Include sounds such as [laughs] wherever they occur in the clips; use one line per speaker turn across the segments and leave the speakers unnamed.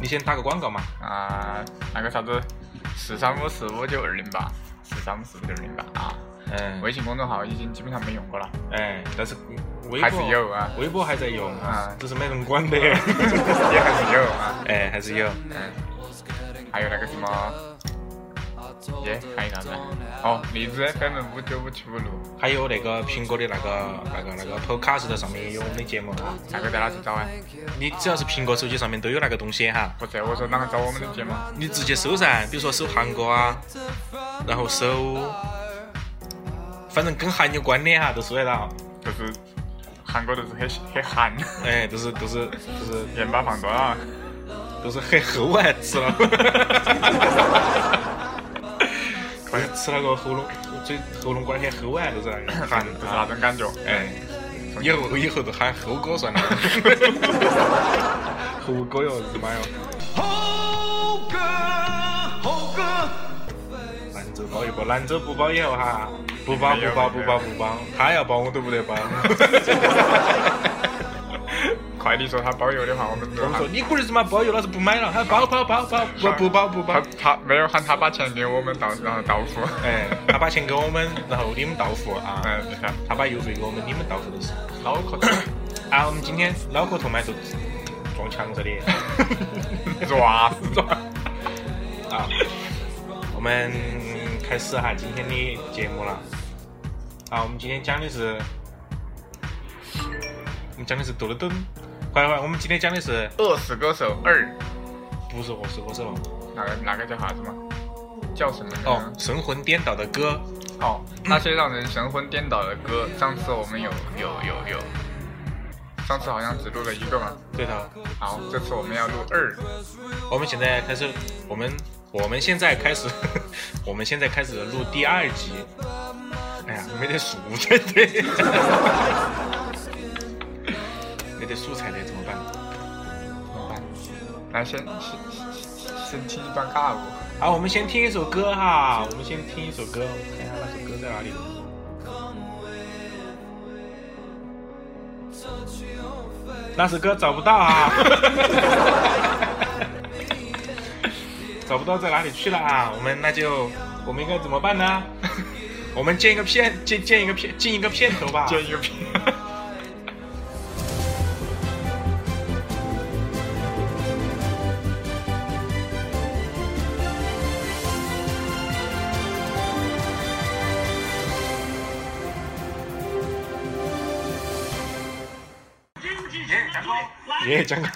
你先打个广告嘛。
啊，那个啥子，四三五四五九二零八，四三五四五九二零八啊。
嗯，
微信公众号已经基本上没用过
[laughs]
了，
哎，但是微博
还是有啊
微博还在用
啊
只是没人管
[laughs]
的。
也还是有啊。
哎，还是有。
嗯，还有那个什么，耶，还有啥子？哦，荔枝 FM 五九五七五六，
还有那个苹果的那个那个那个 Podcast 上面也有我们的节目啊。
那个在哪去找啊？
你只要是苹果手机上面都有那个东西哈，
不是，我说啷个找我们的节目？
你直接搜噻，比如说搜韩国啊，然后搜，反正跟韩有关的哈都搜得到。
就是韩国就是很很韩， [laughs]
哎，都是都是都是
盐巴放多了。啊
都是很齁啊，吃 [laughs] 了。快哎吃了个喉咙，嘴喉咙管儿很齁啊，都是那个
韩
喊
就是
啊
那种感觉，
哎，以后以后都喊猴哥算了。 [laughs] 猴哥哟，日妈哟！兰州包一包，兰州不包以后哈，不包不包不包不包，他要包我都不得包。
快递说他包邮的话，我们就
我们
喊
说你龟儿日妈包邮，老子不买了，他包包包包不不包不包
他。他没有喊他把钱给我们到，然后到付。
哎，他把钱给我们，然后你们到付啊。
[laughs] 嗯，你看，
他把邮费给我们，你们到付都是。
脑壳 [coughs] 痛，
啊，我们今天脑壳痛买都撞墙上的。
抓死抓。
[laughs] 啊，我们开始哈今天的节目了。啊，我们今天讲的是，我们讲的是豆豆灯。快快，我们今天讲的是
饿死歌手二，
不是我是歌手
那个那个叫啥子嘛？叫什么呢？
哦，神魂颠倒的歌。
哦，那些让人神魂颠倒的歌，上次我们有有有有，上次好像只录了一个嘛。
对头，
好，这次我们要录二，
我们现在开始，我们我们现在开始， [laughs] 我们现在开始录第二集。哎呀，没得素材 [laughs] 的，没得素材的怎么办？
来先先先先听一段尬舞。
好，我们先听一首歌哈，我们先听一首歌，我们看一下那首歌在哪里。那首歌找不到啊，找不到在哪里去了啊？我们那就我们应该怎么办呢？我们建一个片，建建一个片，进一个片头吧。
接一个屁！
耶，张工，
耶，讲个，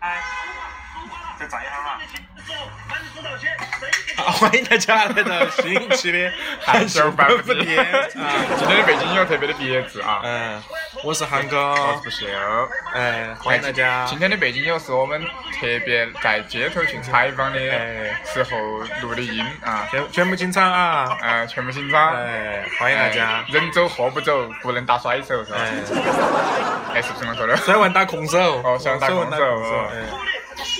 哎，这咋样啊？班指导线，谁给
好欢迎大家来到新一期的韩
手
秀
办
半
不
步
停
癫啊。
今天的北京又特别的别致啊！
嗯，我是韩哥，
我是秀。
嗯，欢迎大家。
今天的北京又是我们特别在街头去采访的
哎
时候录的音啊，
全全部清仓啊！
呃，全部新张。
哎，欢迎大家
哎。人走货不走，不能打甩手是吧？
哎，啊
哎，是不是这么说的？
甩完打空手，
哦甩完打空
甩
手
完打空
哦
哎
班指导线？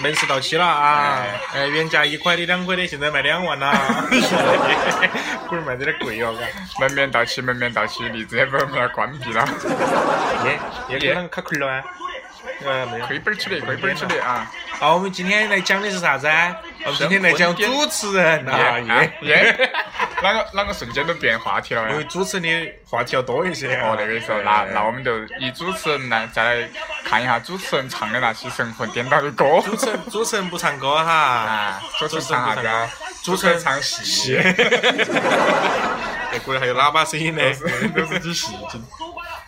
门市到期了啊
哎！
哎，原价一块的、两块的，现在卖两啊万了。
[laughs]
龟儿卖的有点贵哦，嘎
门面到期，门面到期，荔枝 FM 要关闭了。
耶，耶，啷个卡壳了啊？呃，没有。
亏本儿吃的，亏本儿吃的啊！
好，我们今天来讲的是啥子啊？我们今天来讲主持人啊，耶
耶 [laughs] 耶，啷个啷个瞬间都变话题了
因为
呀？
主持人的话题要多一些啊。
哦，那个时候，那那我们就以主持人来再来看一下主持人唱的那些神魂颠倒的歌。
主持人主持人不唱歌哈。
啊，主持人唱啥子啊？
主持人唱戏，哎，果然还有喇叭声音呢，
都是些戏精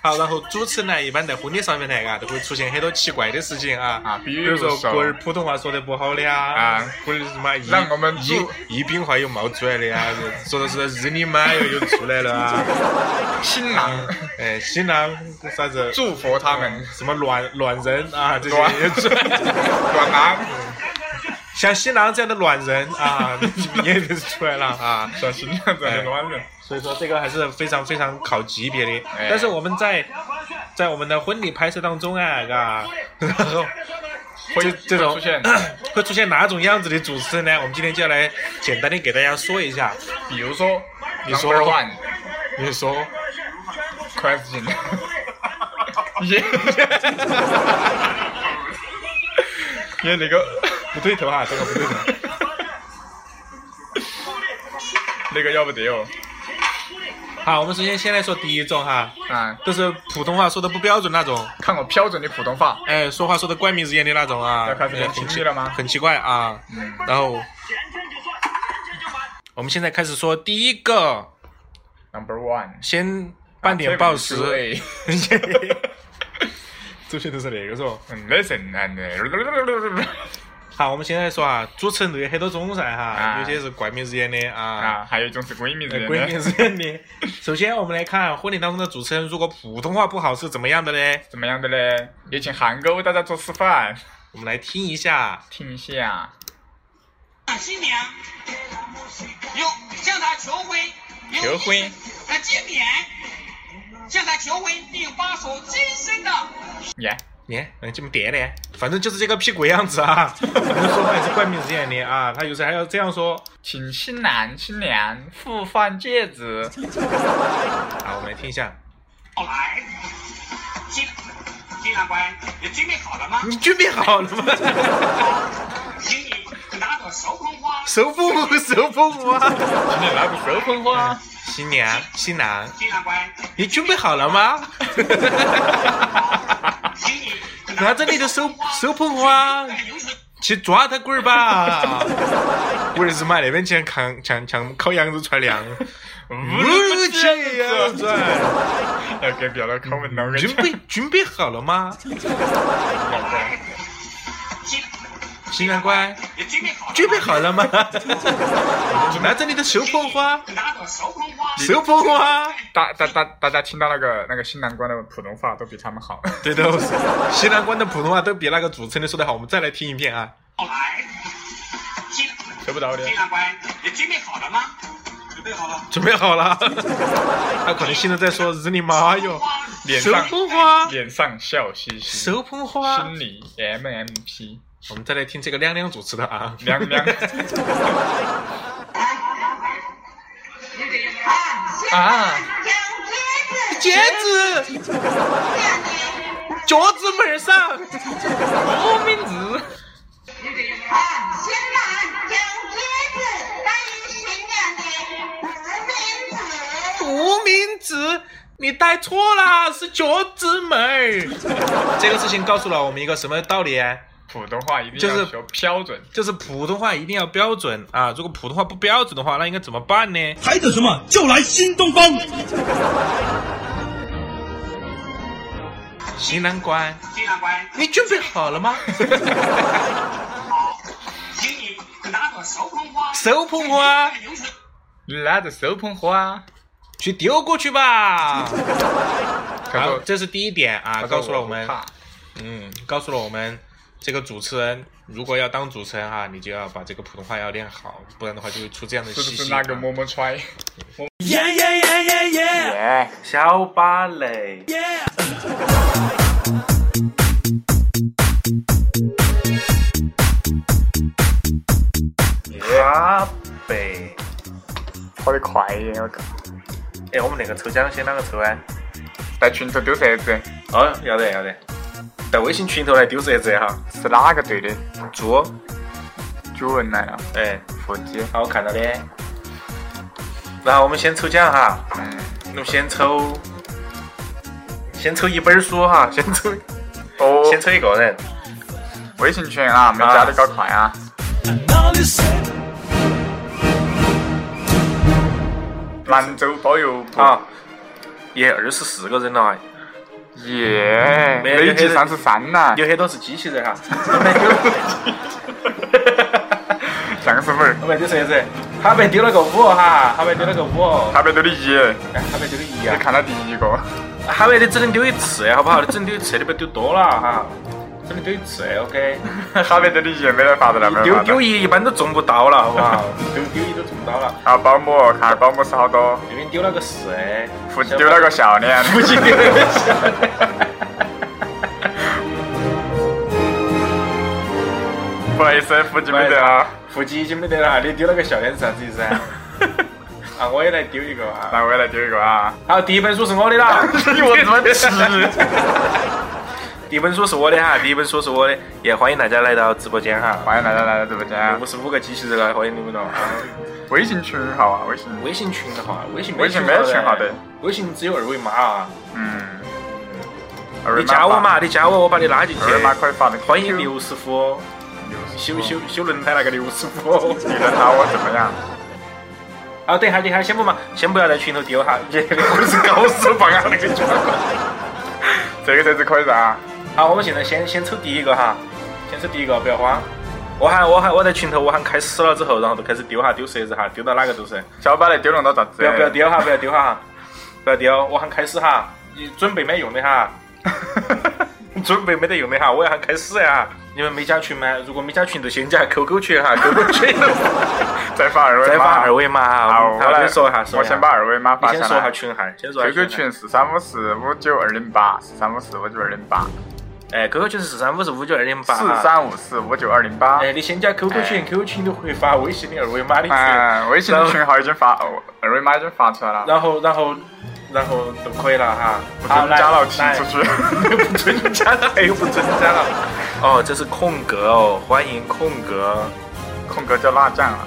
好，然后主持人呢，一般在婚礼上面呢，啊，都会出现很多奇怪的事情啊，
啊比
比
如
如
说
说龟儿普通话说的不好的啊
啊，
龟儿什么宜
让我们
宜
祝
宜宾话又冒出来的啊，说的是日你妈又又出来了啊，
新郎
哎，新郎啥子
祝福他们
什么乱乱人啊，这
暖
些也出来，
暖男，
像新郎这样的乱人啊，也也出来了啊。
像新郎这样的暖人。
所以说这个还是非常非常考级别的。
哎
但是我们在在我们的婚礼拍摄当中啊，
[laughs]
嘎，然后
会
这这种
出现
[coughs] 会出现哪种样子的主持人呢？我们今天就要来简单的给大家说一下。
比如说，
你说
number one
你说， [laughs]
question，耶！耶你个
不对头啊，这个不对头。
那个要不得哦！
[laughs] 好，我们首先先来说第一种哈，
啊，
都是普通话说的不标准那种，
看我标准的普通话，
哎，说话说的怪名字眼的那种啊，
要开始
哎
练
很
情绪了吗嗯
很奇怪啊。然后我们现在开始说第一个，
Number One，
先半
啊
点报时。
哎
[laughs] 这些都是那个说。
Listen and
好，我们现在说啊，主持人都有很多种噻哈，
啊
有些是怪名字演的啊，
啊，还有一种是闺蜜之
呃
间
鬼名
的，
字演的。 [laughs] 首先我们来看婚礼当中的主持人，如果普通话不好是怎么样的呢？
怎么样的嘞？也请韩哥为大家做示范，
我们来听一下。
听一下。
新娘，有向他求婚，有
求婚，
呃，见面，向他求婚并发出今生的
耶，
耶，嗯，这么点呢？反正就是这个屁鬼样子啊！反正说话也是怪名字演的啊，他有时还要这样说。
请新郎新娘互换戒指，
好，我们来听一下。
到来。金金长官，你准备好了吗？
你准备好了吗？ [laughs]
请你拿朵手捧花，
手风舞，手风舞啊！
请你来个求婚花。
新娘，新郎，
金长官，
你准备好了 [laughs] 吗？
请你
拿着你的手手捧花
在游戏
去抓他龟儿吧！我儿子妈那边像扛像像烤羊肉串凉，
不
切羊肉串。
要给别人口吻了，我跟你
准
讲
备准备好了吗？
金，
新郎官，
你准备好了吗？
准备好 [laughs] 了吗？拿着你的手捧花，
拿朵手捧花，
手捧花。
大大大大家听到那个那个新郎官的普通话都比他们好。
对的，新郎官的普通话都比那个主持人说的好。我们再来听一遍啊！
到来。金
得不着的
金长官，你准备好了吗？准备好了。
准备好 [laughs] 了，他可能现在在说日你妈哟！
脸
手
上
捧花，
脸上笑嘻嘻，
手捧花
心。里 M M P，
我们再来听这个亮亮主持的啊。
凉
[laughs]
凉 [laughs] 啊！
戒指，脚趾门上，无名指，
新郎有戒指，关于新娘的无名指。
无名指，你戴错啦，是脚趾门儿。 [laughs] 这个事情告诉了我们一个什么道理啊？
普通话一定要
就是
学标准，
就是普通话一定要标准啊！如果普通话不标准的话，那应该怎么办呢？
还等什么？就来新东方！
新郎官，
金长官，
你准备好了吗？ [laughs]
请你拿朵手捧花，
手捧花，
在游戏
拿着手捧花，
去丢过去吧。
他
好，
说
这是第一点啊，
他
告
说
诉了我
不
们。
怕
嗯，告诉了我们这个主持人，如果要当主持人哈、你就要把这个普通话要练好，不然的话就会出这样的
是不
细
是 [laughs]
细。
那个么么揣？
耶耶耶耶耶！
耶，
小芭蕾。咖啡。
跑得快一点，我靠！
哎，我们那个抽奖先啷个抽啊？
在群头丢骰子，
哦，要得要得，在微信群头来丢骰子哈。
是哪个队的？
猪，
朱文来了，啊
哎，
腹肌，
好，我看到的。然后我们先抽奖哈，
嗯，
我们先抽，先抽一本书哈，先抽，
哦，
先抽一个人。
微信群啊，没加的搞快啊！兰州包邮部
啊，也二十四个人了，啊
耶，
没有
累计三十三呐，
[laughs] 有很多是机器人哈。他们丢，
像是不是？
他们丢啥子？他被丢了个五哈，他被丢了个五，
他被丢的一，
哎他被丢了一
你
啊。
看到第一
[laughs]
个，
他被的只能丢一次，好不好？只能丢一次，你不要丢多了哈。只能丢一次，OK。
他被丢的一没得法子了，没得
[laughs] 丢 [laughs]
法子
丢。一一般都中不到了，好不好？ [laughs] 丢丢一都中不到了。
啊，保姆，看保姆是好多，
这边丢了个四， [laughs]
腹肌丢了个笑脸，
不
[laughs]
行，丢了个小。 [laughs]
不好意思，腹肌没得啊。
啊腹肌已经没得了，你丢了个笑脸是啥子意思啊？ [laughs] 啊，我也来丢一个啊。
来，我也来丢一个啊！
好，第一本书是我的
[laughs]
啦，
我怎么吃？
[laughs] 第一本书是我的哈，第一本书是我的，也欢迎大家来到直播间哈。
欢迎大家来到直播间
五，十五个机器人啊了，欢迎你们了。哦
微信群号啊，微信，
微信群的话，微信
微信没有群号的，
微信只有二维码啊。
嗯，
你加我嘛，你加我，我把你拉进去。
二维码可以发的。
欢迎刘师傅，修
修
修
修，
修轮胎那个刘师傅。
你能拿我怎么样？
啊，等一下，等一下，先不嘛，先不要在群头丢哈， [laughs] 这个我是搞死棒啊那个群。
这个才是可以的啊！
[laughs] 好，我们现在先先抽第一个哈，先抽第一个，不要慌。我喊我喊我在群头我喊开始了之后，然后就开始丢哈丢设置哈，丢到哪个都是，
小把来丢弄到咋子？
不要不要丢哈，不要丢哈，不要丢，我喊开始哈，你准备没用的哈， [laughs] 准备没得用的哈，我要喊开始呀、你们没加群吗？如果没加群就先加 QQ 群哈，QQ 群
再发二维码，
再发二维码哈。
好，
好
我来
先说一下，说
我
一下
先把二维码
你
发
先
下
说一下
来。
群号，先说一下
QQ
号
群是三五四五九二零八，四三五四五九二零八，
哎，QQ 群是四三五是五九二零八，
四。三五四五九二零八。
哎，你先加 QQ 群，QQ 群都会发微信的二维码的群，
哎，微信群号已经发，哦二维码已经发出来了，
然后然后然后就可以了哈。
不
好
准加了，
来
踢
来
出去。 [laughs]
不准加了，还有不准加了。哦，这是空格哦，欢迎空格。
空格叫辣酱啊，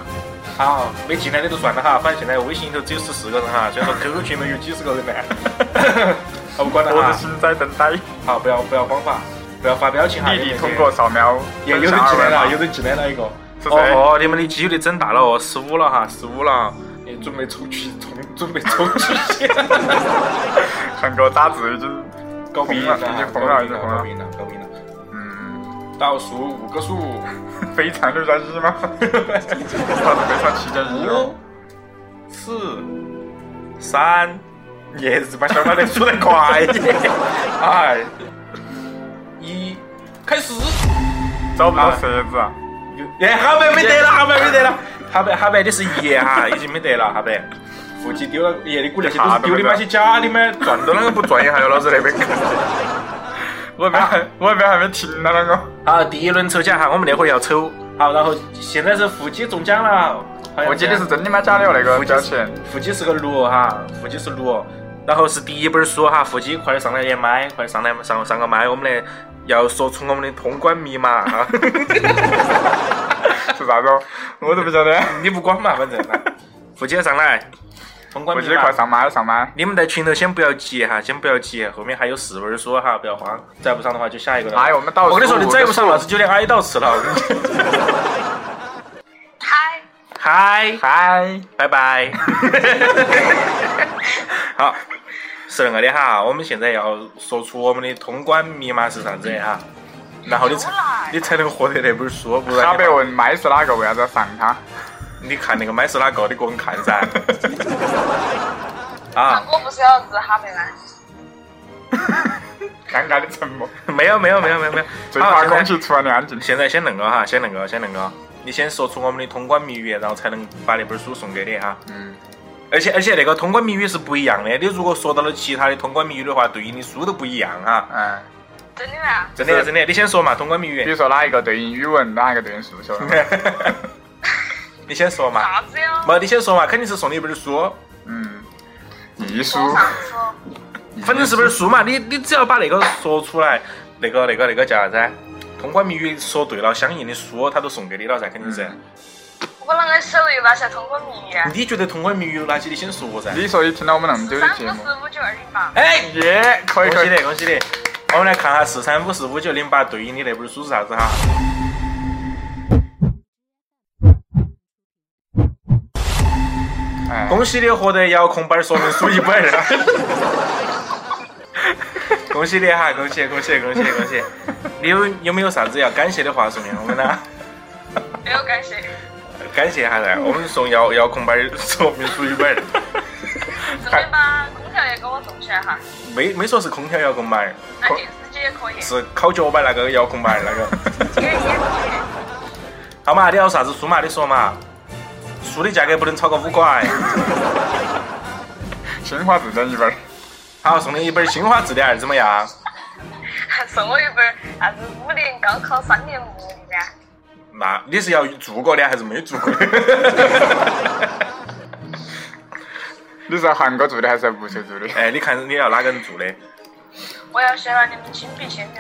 好，没进来的就算了哈，反正现在微信里头只有十四个人哈，虽然说 QQ 群里面有几十个人呢。 [laughs] 好，不管了
我的
哈。
心在等待。
好，啊不要不要慌发，不要发表情哈。
弟弟
有
通过扫描
也
分
有人
享二
进来
维
了，有
码。
人进来了一个。
是谁
哦哦，你们的机率增大了哦，十五了哈，十五了，你准备抽取，冲，准备抽取 [laughs] 线，
韩国大字已经，
搞病了，
已经疯了已经疯了
搞病了，搞病了。
嗯，
倒数五个数，
非常六加一
[laughs]
吗？他是非常七加一哦
五。、四、三，耶，日把小马的数得快一点，哎，一，开始。
找不到蛇子啊，
哎，哈白没得了，哈白没得了，哈白哈白的是一 [laughs] 哈，已经没得了，哈白。腹肌丢了，耶，你估那些都是丢的嘛，些假的嘛，赚
转都
[laughs]
啷个不转一下哟？老子那边看。我那边还我那边还没停呢，啷个？
好，第一轮抽奖哈，我们那会儿要抽。好，然后现在是腹肌中奖了。好像
我记得是真的吗？假的哦？那
腹
个
肌
标签。
腹肌是个六哈，腹肌是六。然后是第一本书哈，腹肌快上来点麦，快上来上上个麦，我们来要说出我们的通关密码
[laughs]
哈。
是啥子哦？我都不晓得。
你不管嘛，反正。来腹肌上来，通关
我
密
记得
码
快。上麦上麦。
你们在群头先不要急哈，先不要急，后面还有四本书哈，不要慌。再不上的话就下一个了。
哎，我们到
我跟你说，你再不上，老
师。
子就连挨到吃了。 [laughs]
嗨，
嗨。
嗨，
拜拜。 [laughs] 好，是那个的哈，我们现在要说出我们的通关密码是啥子的哈，然后你才你才能获得那本书，不然
傻
你
白问麦是哪个？为啥子要上他？
你看那个麦是哪个，你个人看噻。啊，
我不是要指哈梅兰。
尴尬的
[laughs]
沉默，
没有没有没有没有没有，
最
好
怕
现在
空气突然的安静。
现在先恁个哈，先恁个，先恁个，你先说出我们的通关密语，然后才能把那本书送给你哈。
嗯。
而且而且那个通关密语是不一样的，你如果说到了其他的通关密语的话，对应的书都不一样哈。
嗯，
真的啊吗？
真的真的，你先说嘛，通关密
比
语
如，说哪一个对应语文，哪一个对应数学？
[laughs] 你先说嘛。
啥子呀？
没，你先说嘛，肯定是送你一本书，哦
嗯，艺术，
我上次
反正是本书嘛。你你只要把那个说出来，那个那个那个叫啥子？啊通关密语说对了，相应的书哦他都送给你了噻，肯定是。
我啷个手又拿下通过谜语？
嗯
你觉得通关密语有哪些？你先说噻。
你说你听了我们那么久的
三
节目
五，四五九二零八。
哎，
耶，可以
恭
可
喜
以
你，，恭喜你！我们来看下四三五四五九零八对应的那本书是啥子哈？
哎，
恭喜你获得遥控板说明书一本。 [laughs] 恭喜你哈，恭喜恭喜恭喜恭喜！你有有没有啥子要感谢的话送给我们 [laughs] 呢？
没有感谢，
感谢哈噻，我们送遥遥控板说明书一本，
准备把空调也给我送起来哈。
没没说是空调遥控板，
那电视机也可以，
是烤脚板那个遥控板那个。
[laughs] 也也可以。
好嘛，你要啥子书嘛？你说嘛。书的价格不能超过五块。
新华字典一本儿，
好，送你一本新华字典，怎么样？
[laughs] 送我一本啥子五年高考三年模拟的，
那你是要做过的还是没做过的？
你是韩国做的还是无锡做的？
哎，你看你要哪个人做的，
我要选了你们金币仙女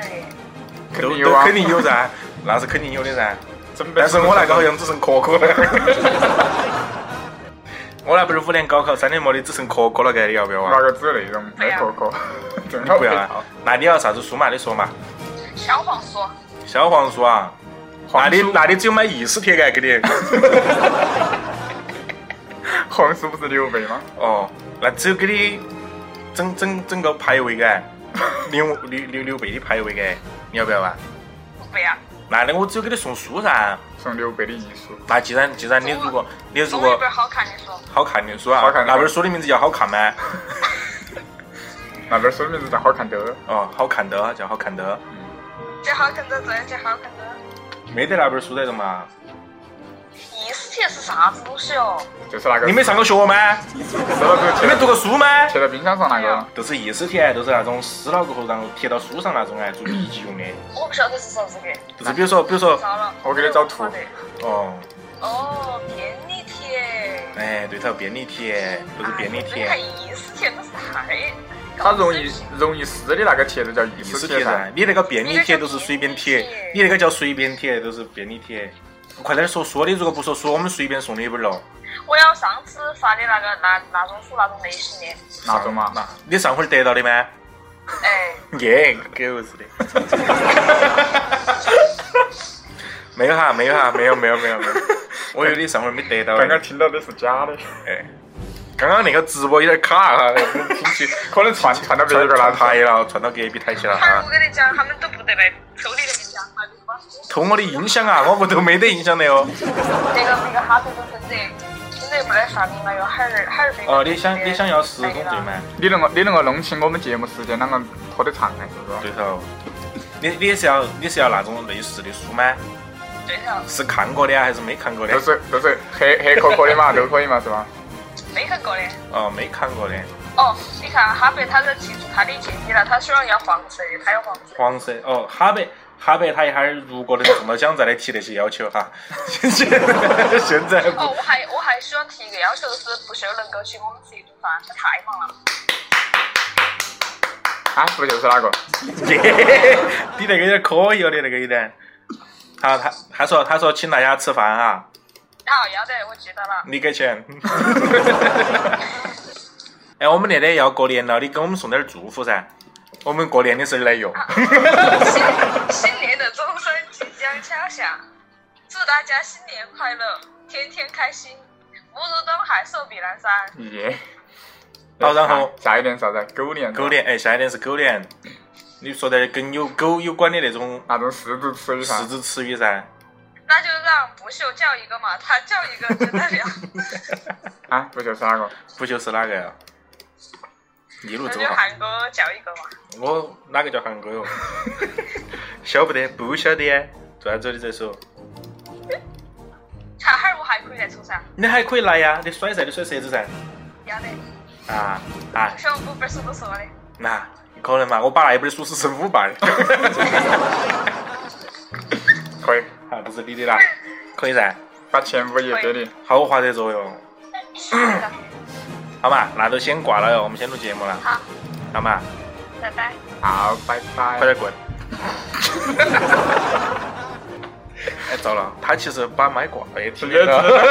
的。
都
定有
都
[laughs] 啊
肯定有噻，那是肯定有的噻。
准备
但是我那个好像只剩壳
[laughs]
壳了。我那不是五年高考三年没的，只剩壳壳了，该你要不要
拿
啊？
个纸那种没壳壳，正好
不要
配
啊
套。！
那你要啥子书嘛？你说嘛？
小黄书，
小黄书啊？那
黄
你
书
那你只有买意式铁杆给你。
[laughs] 黄书不是刘备吗？
哦，那只有给你整整整个排位杆，刘刘刘刘备的排位杆，你要不要啊？
不要。
那那我只有给你送书噻。
送刘备的遗书，
那既然既然你如果你如
总有一
果
本好看的书，
好看的书啊
好，看的
那本书的名字叫好看
[laughs]
吗？
那本书名字叫好看的，
哦，好看的叫好看的，
这好看的，这这好看的。
没得那本书在的嘛？
意思帖是啥子东西哦？
就是那个
你没上过学吗？
收到之后
你
贴
没
在
读过书吗？
贴在冰箱上那个，
都是意思帖，都是那种撕了过后，然后贴到书上那种哎，做笔记用的。
我不晓得是啥子的，
就是比如说，比如说，
糟了。哎
我给你找图
我的
哦，
哦，便利贴。
哎，对头，便利贴，都是便利
哎
啊
贴
呀，这个意思帖那是太……
它容易容易撕的那个贴子叫意
意思
思
贴
贴噻
噻。。你那个便利贴都是随便贴你
你那叫便利贴，
那个叫随便贴，都是便利贴。快点说书，你如果不说书，我们随便送你一本喽。
我要上次发的那个那那种书那种类型的，
那种嘛，那
你上回得到的吗？
哎，
耶，狗日的！ [laughs] 没有哈，没有哈，没有没有没有没有， [laughs] 我有你上回没得到。
刚刚听到的是
[laughs]
假的，
哎，刚刚那个直播有点卡啊哈，听起
可能传传到别
传
个那
传
台
台了，传到隔壁台去了
他
哈
我。跟你讲，他们都不得来偷你那个讲，他就是把书
偷我的音响啊，我不都没得音响的哦。
那个那个哈头都真的真的没得啥名了，有海儿海儿被
哦，你想你想要十公斤吗？？
你能够你能够弄清我们节目时间啷个拖得长还是不是？
对头。你你是要你是要那种类似的书吗？
对头，
是看过的啊，还是没看过的
都？是都是黑黑壳壳的嘛，都可以嘛，是吧？
没看过的。
哦，没看过的。
哦，你看哈白他都记住他的建议了，他虽然要黄色的，他有黄色。
黄色哦，哈白哈白，他一会儿如果能中到奖，再来提那些要求哈。 [laughs] 现在现在不
哦，我还我还希望提一个要求是，不秀能够请我们吃一顿饭，他太忙了。
啊，不就是那个？
耶， [laughs] 你那个有点可以哦，你那个有点。他他他说他说请大家吃饭啊，
好，要得，我记到
[laughs]
了。
你给钱。哎，我们那天要过年了，你给我们送点祝福噻。我们过年的时候来用。
[laughs]
新新年的钟声即将敲响，祝大家新年快乐，天天开心，福如东海，寿比南山。
耶！
好然后
哎下一点啥子？狗年。
狗。年，哎，下一点是狗年，你说点跟有狗有关的那种
那种四字词语啥
四？字词语噻。
那就让不秀叫一个嘛，他叫一个就
[laughs]
代表
[laughs] 啊，不就是那个？
不就是哪个呀？一路
那
走
就
哈。
韩国叫一个嘛。
我哪个叫韩国哟？晓不得，不晓得，做啥子你再说。
看哈儿我还可以再抽噻，
你还可以来呀，你甩噻，你甩舌子噻。
要得，
啊啊，
虽然我本书都说了的。
那可能嘛？我把那一本书是剩五 [laughs] 瓣，
可以，
啊，不是你的啦，可以噻。
把前五页给你。
好划得着哟，
[coughs]
好嘛，那就先挂了哟，我们先录节目了，
好，
好嘛，
拜拜。
好，拜拜。
快点滚。 [laughs] 哎，糟了，他其实把麦挂了，也
直
听见
接吃
了。。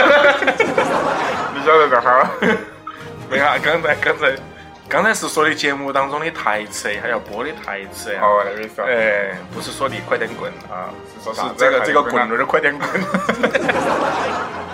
你晓得这哈儿？
没啊，刚才刚才刚才是说的节目当中的台词，还要播的台词呀。
哦，那个意思。
哎，不是说你快点滚啊，
是
[laughs]
说
是
啥子
这个这个
快点滚啊
滚轮儿快点滚。